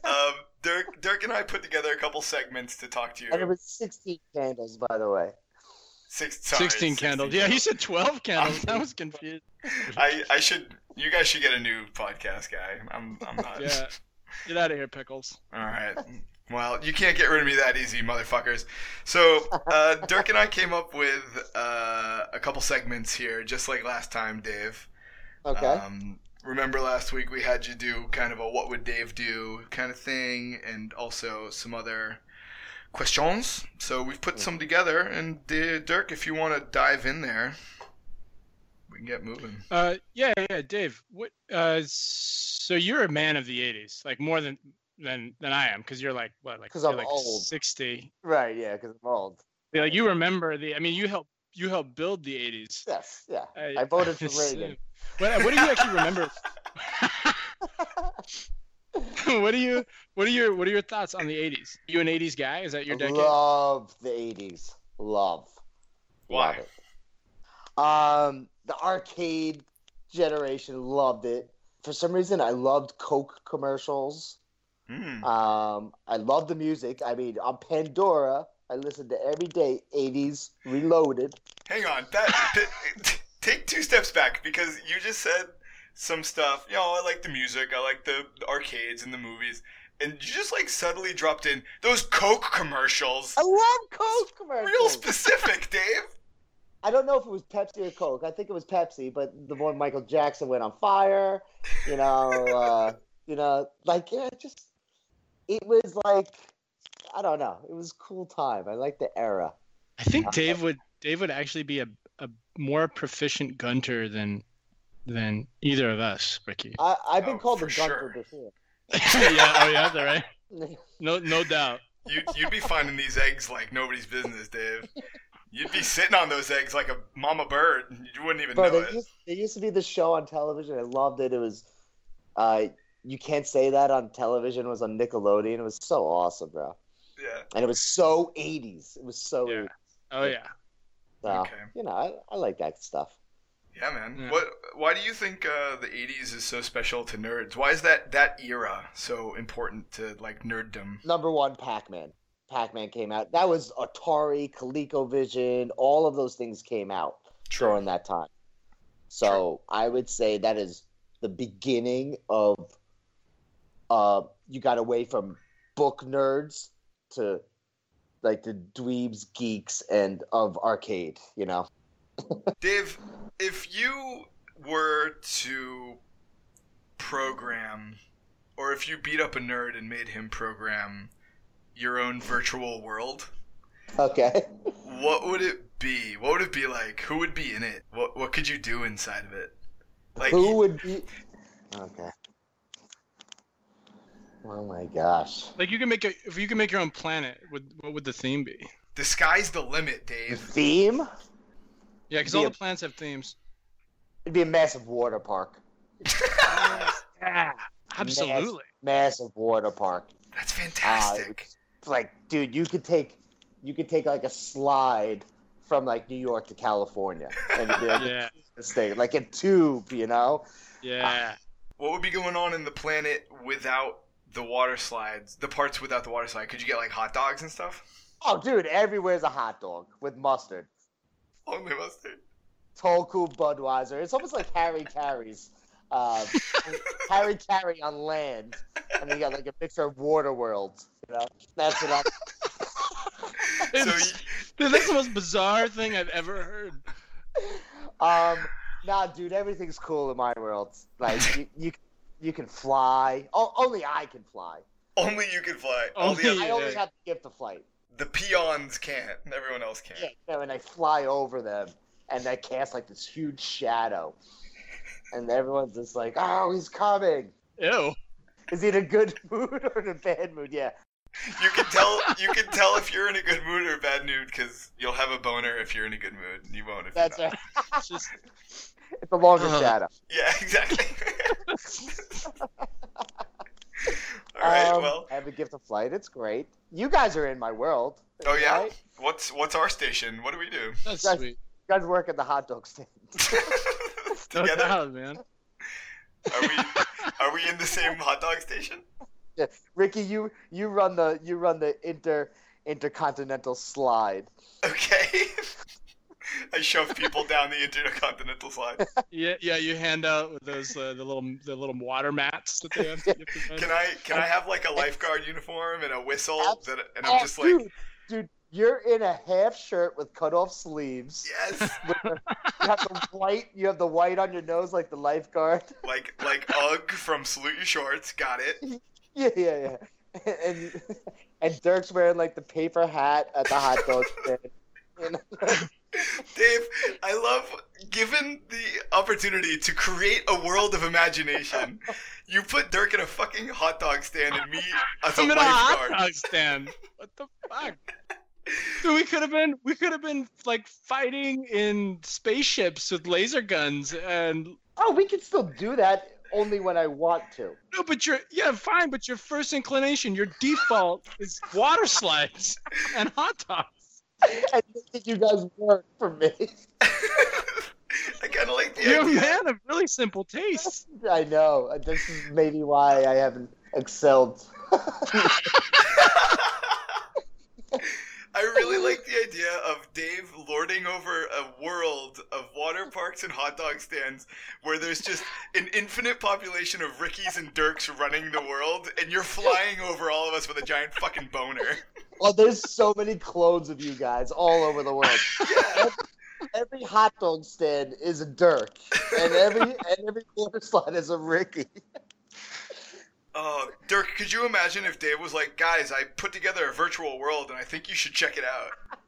um, Dirk, Dirk and I put together a couple segments to talk to you.
And it was 16 candles, by the way.
Six, sorry,
Sixteen candles. Yeah, he said twelve candles. I was confused.
I, I should. You guys should get a new podcast guy. I'm. I'm not.
Yeah, Get out of here, pickles.
All right. Well, you can't get rid of me that easy, motherfuckers. So, uh, Dirk and I came up with uh, a couple segments here, just like last time, Dave.
Okay.
Um, remember last week we had you do kind of a what would Dave do kind of thing, and also some other questions. So, we've put some together, and D- Dirk, if you want to dive in there, we can get moving.
Uh, yeah, yeah, Dave. What? Uh, so you're a man of the '80s, like more than than than I am, because you're like what, like
'Cause
you're
I'm
like
old.
sixty.
right. Yeah, because I'm old.
Yeah, Like you remember the. I mean, you helped you helped build the '80s.
Yes. Yeah. I voted for
assume.
Reagan.
What, what do you actually remember? what do you what are your what are your thoughts on the '80s? You an '80s guy? Is that your decade?
Love the '80s. Love.
Why?
Love it. Um, the arcade generation loved it. For some reason, I loved Coke commercials.
Hmm.
Um, I love the music. I mean, on Pandora, I listened to every day '80s Reloaded.
Hang on, that, that take two steps back because you just said some stuff. You know, I like the music, I like the arcades and the movies, and you just like suddenly dropped in those Coke commercials.
I love Coke commercials.
Real specific, Dave.
I don't know if it was Pepsi or Coke. I think it was Pepsi, but the one Michael Jackson went on fire, you know, uh, you know, like yeah, just it was like I don't know. It was a cool time. I like the era.
I think Dave would Dave would actually be a, a more proficient gunter than than either of us, Ricky.
I, I've been
Oh,
called the
for
gunter
sure.
before.
yeah, oh yeah, they're right. No no doubt.
You you'd be finding these eggs like nobody's business, Dave. You'd be sitting on those eggs like a mama bird. You wouldn't even
Bro,
know
there
it.
used, there used to be this show on television. I loved it. It was, uh, you can't say that on television. It was on Nickelodeon. It was so awesome, bro.
Yeah.
And it was so 80s. It was so,
Yeah.
80s.
Oh yeah.
So,
Okay.
you know, I, I like that stuff.
Yeah, man.
Yeah.
What? Why do you think uh, the '80s is so special to nerds? Why is that that era so important to like nerddom?
number one pac-man pac-man came out that was atari ColecoVision. all of those things came out during that time so i would say that is the beginning of uh, you got away from book nerds to like the dweebs geeks and of arcade you know
Dave, if you were to program, or if you beat up a nerd and made him program your own virtual world,
okay
what would it be? What would it be like? Who would be in it? What What could you do inside of it? Like,
who would be okay oh my gosh
Like you can make a if you can make your own planet, would what would the theme be?
the sky's the limit,
the
Dave.
theme
Yeah, because all the planets have themes.
it'd be a massive water park
Yeah, absolutely.
massive water park.
That's
Uh,
fantastic.
it's like, dude, you could take you could take like a slide from like New York to California and it'd be like,
Yeah,
this thing, like a tube, you know?
yeah.
what would be going on in the planet without the water slides? The parts without the water slide? Could you get like hot dogs and stuff?
Oh, dude, everywhere's a hot dog with mustard.
Only mustard.
Tolku Budweiser. It's almost like Harry Carries. Uh, Harry Carry on land, and you got like a mixture of water worlds. You know, that's what I.
So
It's-
you-
Dude, that's the most bizarre thing I've ever heard.
Um, nah, dude, everything's cool in my world. Like you, you, you can fly. Oh, only I can fly.
Only you can fly. All the other,
Only-
I only
Yeah.
have the gift of flight.
the peons can't. Everyone else can.
Yeah, you know, and I fly over them, and I cast like this huge shadow, and everyone's just like, "Oh, he's coming."
Ew.
Is he in a good mood or in a bad mood? Yeah.
You can tell. You can tell if you're in a good mood or a bad mood because you'll have a boner if you're in a good mood. You won't if
That's
you're
right.
It's just
It's a longer
Uh-huh.
Uh,
shadow.
Yeah, exactly. All right.
Um,
well.
I have a gift of flight. It's great. You guys are in my world.
Oh yeah.
right?
What's what's our station? What do we do?
that's
That's-
sweet.
You guys work at the hot dog stand.
No
Together?
doubt, man.
Are we are we in the same hot dog station?
Ricky, you you run the you run the inter intercontinental slide.
Okay. I shove people down the intercontinental slide.
Yeah, yeah. You hand out with those uh, the little the little water mats that they have. To, you have to
Can I can I have like a lifeguard uniform and a whistle
Abs-
that and I'm
Oh,
just like
dude, dude, you're in a half shirt with cut off sleeves.
yes,
You have the white. You have the white on your nose like the lifeguard.
like like Ugg from Salute Your Shorts. Got it.
Yeah, yeah, yeah. And and Dirk's wearing like the paper hat at the hot dog stand. You know?
Dave, I love given the opportunity to create a world of imagination. You put Dirk in a fucking hot dog stand and me as a
I'm in a hot
lifeguard.
dog stand. What the fuck? Dude, we could have been we could have been like fighting in spaceships with laser guns and
Oh, we can still do that only when I want to.
no, but your yeah fine, but your first inclination, your default is water slides and hot dogs.
I don't think you guys work for me.
I kind of like the
You're a
idea.
man of really simple taste.
I know. This is maybe why I haven't excelled.
I really like the idea of Dave lording over a world of water parks and hot dog stands where there's just an infinite population of Rickies and Dirks running the world, and you're flying over all of us with a giant fucking boner.
Oh, there's so many clones of you guys all over the world. Every hot dog stand is a Dirk, and every and every water slide is a Ricky.
Oh, Dirk, could you imagine if Dave was like, guys, I put together a virtual world and I think you should check it out?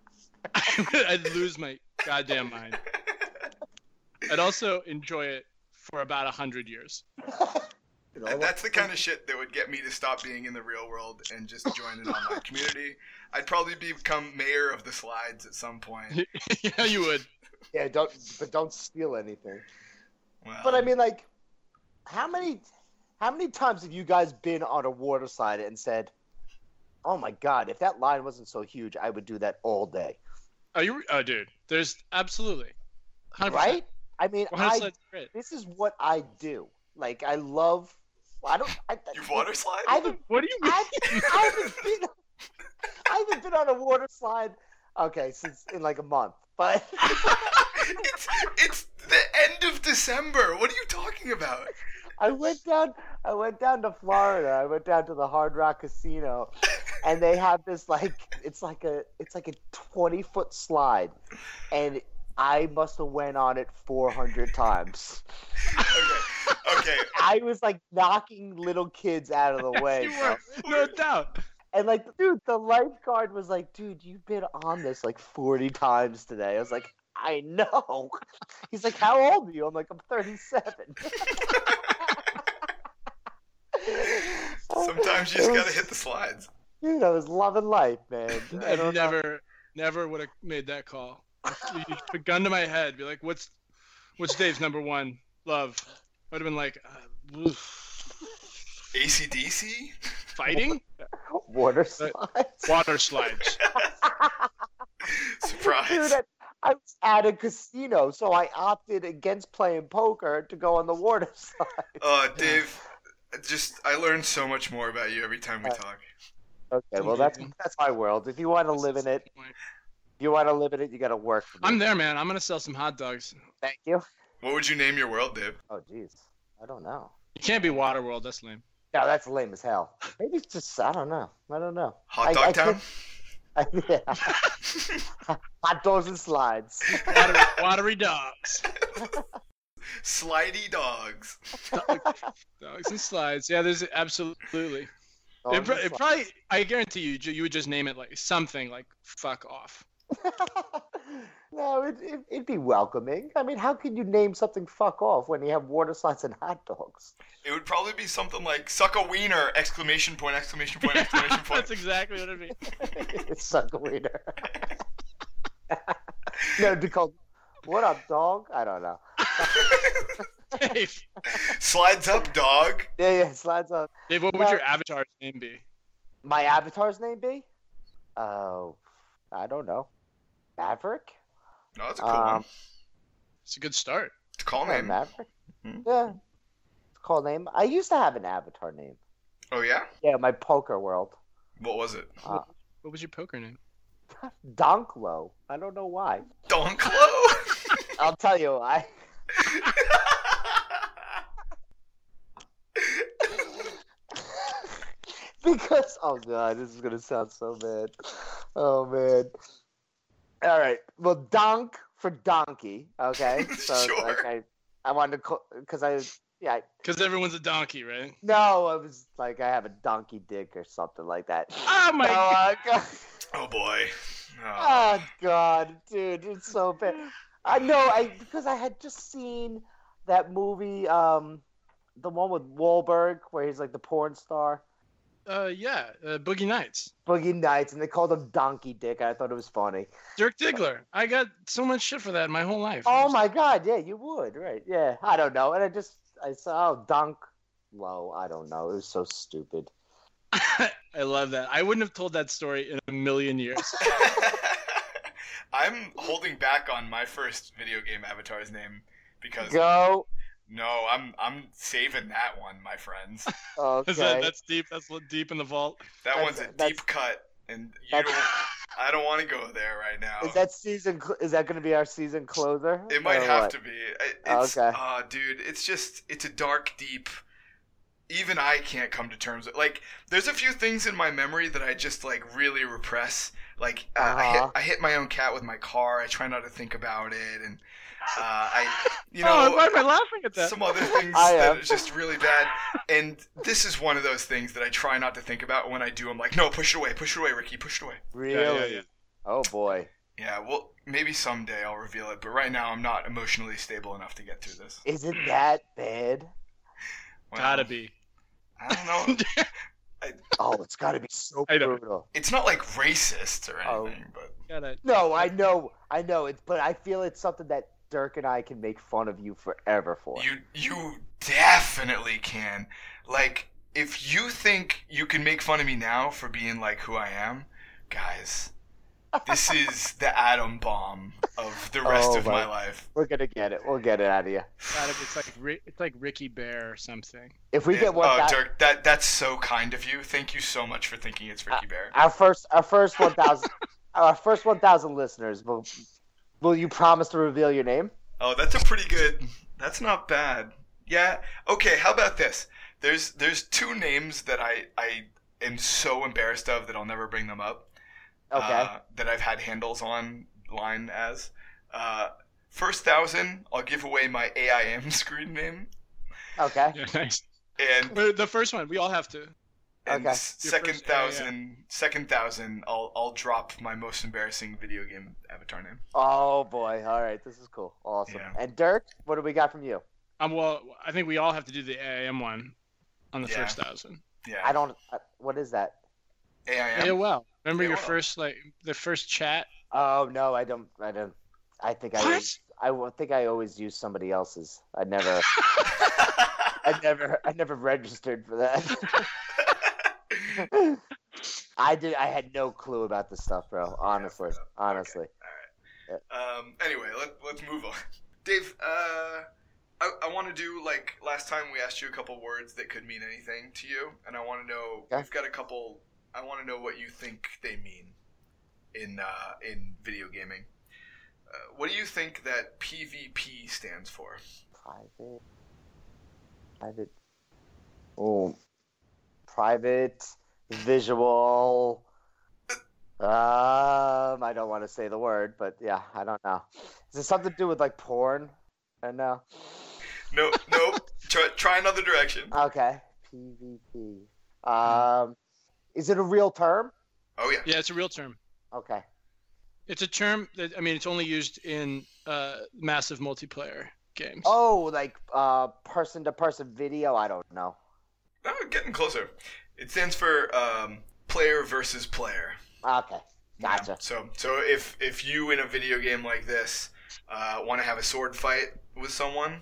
I'd lose my goddamn mind. I'd also enjoy it for about a hundred years.
You
And
know,
that's the kind of shit that would get me to stop being in the real world and just join an online community. I'd probably become mayor of the slides at some point.
yeah, you would.
yeah, don't but don't steal anything.
Well,
But I mean, like, how many, how many times have you guys been on a water slide and said, "Oh my god, if that line wasn't so huge, I would do that all day,"
Are you? Oh, dude. There's absolutely. 100%.
right? I mean,
Water
I
slides are great.
this is what I do. Like, I love. I don't. I,
you water slide?
I haven't.
What do you mean?
I haven't, I haven't been. I haven't been on a water slide. Okay, since in like a month, but
it's, it's the end of December. What are you talking about?
I went down. I went down to Florida. I went down to the Hard Rock Casino, and they have this like it's like a it's like a twenty foot slide, and I must have went on it four hundred times.
Okay. Okay.
I was like knocking little kids out of the way,
You
bro.
were, no doubt.
and like dude, the lifeguard was like, "Dude, you've been on this like forty times today." I was like. I know. He's like, "How old are you?" I'm like, "I'm 37."
Sometimes you
It
just
was-
gotta hit the slides.
Dude, I was loving life, man. I
I
don't know.
never, never would have made that call. You just put a gun to my head, be like, "What's, what's Dave's number one love?" I'd have been like, uh, oof.
ACDC?
"Fighting
Water slides.
water slides."
Surprise.
Dude, I, I was at a casino, so I opted against playing poker to go on the water slide.
Oh, Dave, just, I learn so much more about you every time we talk.
Okay, well that's that's my world. If you want to live in it, if you want to live in it, you got to work. For me.
I'm there, man. I'm gonna sell some hot dogs.
Thank you.
What would you name your world, Dave?
Oh, jeez, I don't know.
It can't be Water World. That's lame.
No, that's lame as hell. Maybe it's just I don't know. I don't know. I-
Hot
I
Dog Town?
yeah. Hot doors and slides.
Water, watery dogs,
Slidey Dogs.
dogs and slides. Yeah, there's absolutely.
Doors
It, pro-
and
it probably. I guarantee you, ju- you would just name it like something like "fuck off."
no, it, it, it'd be welcoming. I mean, how can you name something fuck off when you have water slides and hot dogs?
It would probably be something like Suck a Wiener! Exclamation point, exclamation point, exclamation point.
That's exactly what it'd be.
it's suck a wiener. no, it'd be called, what up, dog? I don't know.
Dave.
Slides up, dog.
Yeah, yeah, slides up.
Dave, what would your avatar's name be?
My avatar's name be? Oh, I don't know. Maverick?
No, that's a cool
Um,
one.
It's a good start.
It's a call
Yeah,
name.
Maverick?
Hmm.
Yeah. It's called name. I used to have an avatar name.
Oh, yeah?
Yeah, my poker world.
What was it?
What was your poker name?
Donklo. I don't know why.
Donklo?
I'll tell you why. because oh god, this is gonna sound so bad. Oh man. All right. Well, donk for donkey. Okay. So it's
Sure.
like I, I wanted to because I yeah I-
Because everyone's a donkey, right?
no I was like I have a donkey dick or something like that.
Oh my god.
oh, god.
oh boy. Oh.
Oh god, dude, it's so bad. I know, I because I had just seen that movie, um, the one with Wahlberg where he's like the porn star,
Uh, yeah, uh, Boogie Nights.
Boogie Nights, and they called him Donkey Dick. I thought it was funny.
Dirk Diggler. I got so much shit for that my whole life.
Oh my god, yeah, you would, right? Yeah, I don't know, and I just I saw oh, Donk Low. I don't know, it was so stupid.
I love that. I wouldn't have told that story in a million years.
I'm holding back on my first video game avatar's name because
Go,
no, I'm I'm saving that one, my friends.
okay.
Is that, that's deep. That's li- deep in the vault.
That
That's-
one's a
that's-
deep cut, and you
that's-
don't, I don't want to go there right now.
Is that season? cl- Is that going to be our season closer?
It might
or
have
what? Oh,
to be. I- It's,
Okay.
uh, dude, it's just it's a dark, deep. Even I can't come to terms with. Like, there's a few things in my memory that I just like really repress. Like, uh, I, hit,
Uh-huh.
I hit my own cat with my car. I try not to think about it, and uh, I, you know,
oh, why am I laughing at that?
some other things
I
that
am.
are just really bad. And this is one of those things that I try not to think about. When I do, I'm like, no, push it away, push it away, Ricky, push it away.
Really?
Yeah, yeah, yeah.
Oh boy.
Yeah, well, maybe someday I'll reveal it, but right now I'm not emotionally stable enough to get through this.
Is it that bad?
Well,
Gotta be.
I don't know.
Oh, it's got to be so
I know.
brutal.
it's not like racist or
Oh.
anything, but
Gotta.
No, I know, I know it, but I feel it's something that Dirk and I can make fun of you forever for.
you you definitely can. Like, if you think you can make fun of me now for being like who I am, guys, this is the atom bomb of the rest
Oh,
of my
my-
life.
We're gonna get it. We'll get it out of you.
gotta be. It's like Ri- it's like Ricky Bear or something.
If we
Yeah.
get one,
oh,
thou-
Dirk, that that's so kind of you. Thank you so much for thinking it's Ricky Bear.
our first, our first one thousand, our first one thousand listeners, will, will you promise to reveal your name?
Oh, that's a pretty good. That's not bad. Yeah. Okay. How about this? There's there's two names that I I am so embarrassed of that I'll never bring them up.
Okay.
Uh, that I've had handles online as. Uh, first thousand, I'll give away my AIM screen name, Uh,
okay.
Yeah, nice.
and,
We're- The first one. We all have to.
and
Okay.
s- second
Your first AIM.
thousand, second thousand, I'll I'll drop my most embarrassing video game avatar name.
Oh boy. All right. This is cool. Awesome.
Yeah.
And Dirk, what do we got from you?
Um. Well, I think we all have to do the AIM one on the
Yeah.
first thousand.
Yeah.
I don't. Uh, what is that?
AIM.
AOL. Remember your
AOL.
first like the first chat?
Oh no, I don't. I don't. I think I.
What?
use- I wa- think I always use somebody else's. I never. I never. I never registered for that. I did. I had no clue about this stuff, bro. Honestly, honestly.
Um, anyway, let, let's move on. Dave, uh, I, I want to do like last time we asked you a couple words that could mean anything to you, and I want to know
Okay.
we've got a couple. I want to know what you think they mean in uh, in video gaming. Uh, what do you think that PvP stands for?
Private. Private. Oh. Private. Visual. Um, I don't want to say the word, but yeah, I don't know. Is it something to do with like porn? I don't know.
No, no. Try, try another direction.
Okay. PvP. Um, is it a real term?
Oh yeah.
Yeah, it's a real term.
Okay.
It's a term that I mean it's only used in uh, massive multiplayer games.
Oh, like uh, person to person video. I don't know.
Oh, getting closer. It stands for um, player versus player.
Okay.
Yeah,
Gotcha.
So, so if if you in a video game like this uh, want to have a sword fight with someone,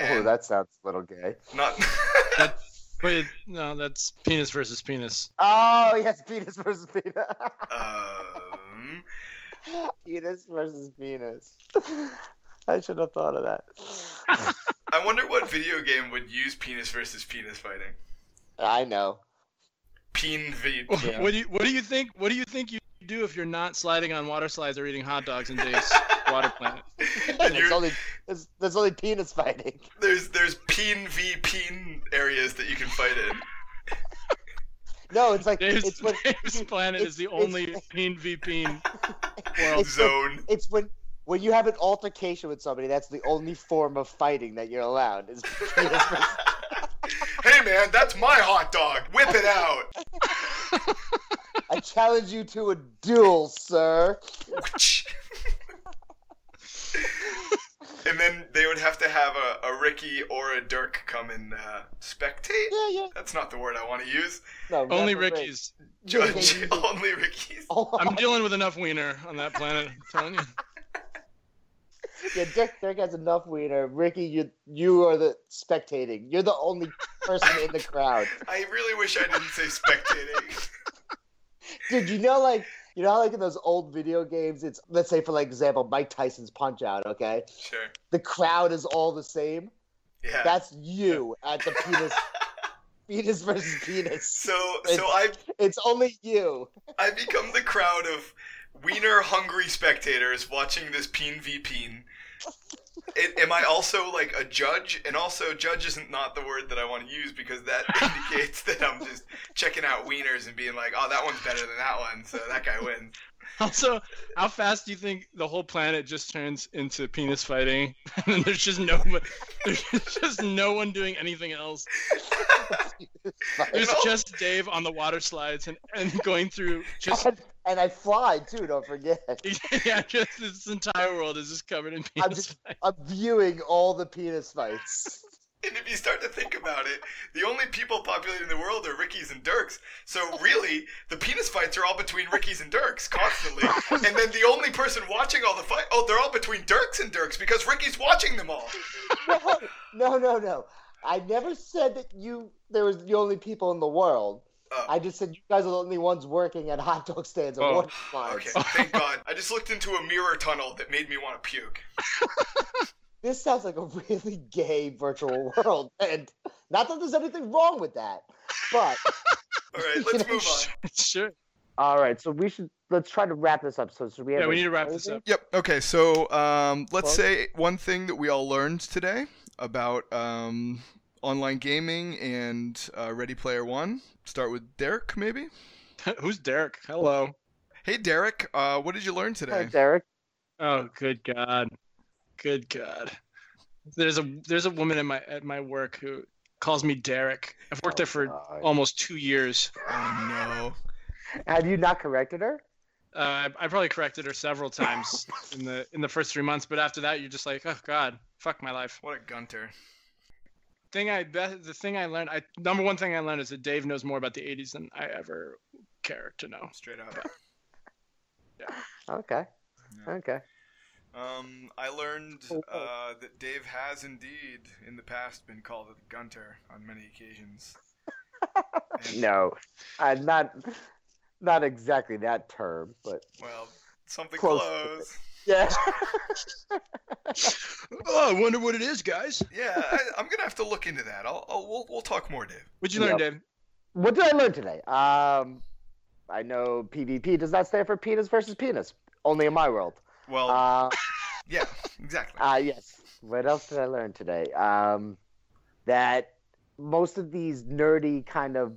Oh,
and
that sounds a little gay.
not
But it, no, that's penis versus penis.
Oh, yes, penis versus penis.
um,
penis versus penis. I should have thought of that.
I wonder what video game would use penis versus penis fighting.
I know.
Peen v.
What do you What do you think? What do you think you you do if you're not sliding on water slides or eating hot dogs in Dave's water planet.
And
there's,
you're-
only, there's, there's only penis fighting.
there's there's peen v peen areas that you can fight in.
No, it's like
Dave's,
it's when
Dave's planet
it's-
is the
it's-
only peen v peen world.
It's like-
Zone.
it's when when you have an altercation with somebody. That's the only form of fighting that you're allowed. Is penis versus-
hey man, that's my hot dog. Whip it out.
I challenge you to a duel, sir.
and then they would have to have a, a Ricky or a Dirk come and uh, spectate.
Yeah, yeah.
That's not the word I want to use.
No,
Only
referee.
Ricky's.
Judge only Ricky's.
Oh,
I'm dealing with enough wiener on that planet. I'm telling you.
yeah, Dirk, Dirk has enough wiener. Ricky, you you are the spectating. You're the only person in the crowd.
I really wish I didn't say spectating.
Dude, you know, like you know, how, like in those old video games, it's let's say for like example, Mike Tyson's Punch Out. Okay,
sure.
the crowd is all the same.
Yeah.
That's you at the penis, penis versus penis.
so so I
It's only you.
I become the crowd of wiener hungry spectators watching this peen v peen. It, am I also like a judge? And also, judge isn't not the word that I want to use because that indicates that I'm just checking out wieners and being like, oh, that one's better than that one, so that guy wins.
Also, how fast do you think the whole planet just turns into penis fighting? And then there's just no, there's just no one doing anything else. There's
No.
just Dave on the water slides and, and going through just
and, and I fly too. Don't forget.
yeah, just this entire world is just covered in penis.
I'm just I'm viewing all the penis fights.
And if you start to think about it, the only people populating the world are Rickies and Dirks. So really, the penis fights are all between Rickies and Dirks constantly. And then the only person watching all the fight, oh, they're all between Dirks and Dirks because Ricky's watching them all.
no, no, no, no. I never said that you there was the only people in the world.
Oh.
I just said you guys are the only ones working at hot dog stands and
Oh,
water slides.
Okay, thank God. I just looked into a mirror tunnel that made me want to puke.
This sounds like a really gay virtual world, and not that there's anything wrong with that, but
All right, let's move on.
sure.
all right. So we should let's try to wrap this up. So should we?
Yeah,
have
we
a-
need to wrap this up.
Yep. Okay. So um, let's
Well-
say one thing that we all learned today about um, online gaming and uh, Ready Player One. Start with Derek, maybe.
Who's Derek? Hello.
Hey, Derek. Uh, what did you learn today?
Hey, Derek.
Oh, good God. Good God. There's a there's a woman at my at my work who calls me Derek. I've worked there
Oh,
for almost two years.
Oh
Have you not corrected her?
Uh, I, I probably corrected her several times in the in the first three months, but after that, you're just like, oh God, fuck my life.
What a gunter.
Thing I bet the thing I learned. I number one thing I learned is that Dave knows more about the '80s than I ever care to know.
Straight up.
Okay.
Yeah.
Okay.
Um, I learned
Oh,
uh, that Dave has indeed, in the past, been called a gunter on many occasions. And,
No, uh, not not exactly that term, but
Well, something
Close.
close.
yeah.
Oh, I wonder what it is, guys.
Yeah, I, I'm gonna have to look into that. I'll, I'll we'll, we'll talk more, Dave.
What'd you learn,
Yep.
Dave?
What did I learn today? Um, I know PvP does not stand for penis versus penis. Only in my world.
Well,
Uh,
yeah, exactly.
uh, yes. What else did I learn today? Um, that most of these nerdy kind of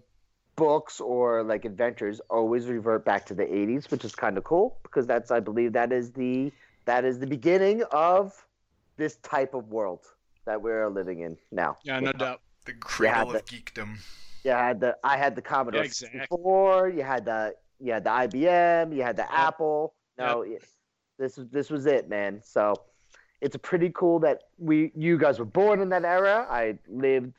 books or like adventures always revert back to the 80s, which is kind of cool because that's I believe that is the that is the beginning of this type of world that we're living in now.
Yeah, no doubt.
the cradle
yeah,
of geekdom.
You had the I had the Commodore
Yeah, exactly.
64. You had the you had the IBM. You had the Apple. No, it- this was this was it, man. So it's pretty cool that we you guys were born in that era. I lived.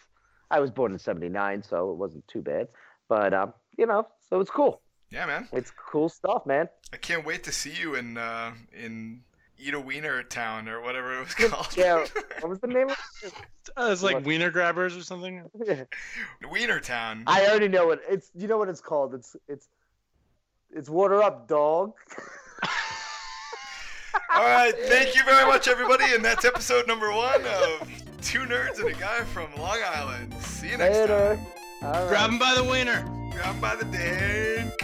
I was born in '79, so it wasn't too bad. But um, you know, so it's cool.
Yeah, man.
It's cool stuff, man.
I can't wait to see you in uh, in Eat a Wiener Town or whatever it was called.
Yeah. What was the name? of
Uh, it's like
What?
wiener grabbers or something.
it?
Wiener Town.
I already know what it's. You know what it's called? It's it's it's water up, dog.
All right, thank you very much, everybody, and that's episode number one of Two Nerds and a Guy from Long Island. See you next
Later. All right.
Grab him by the wiener.
time. Grab by the dick.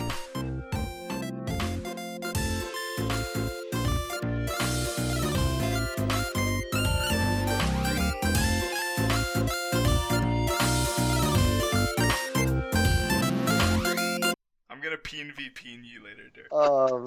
gonna peen v peen you later, Dirk.
Oh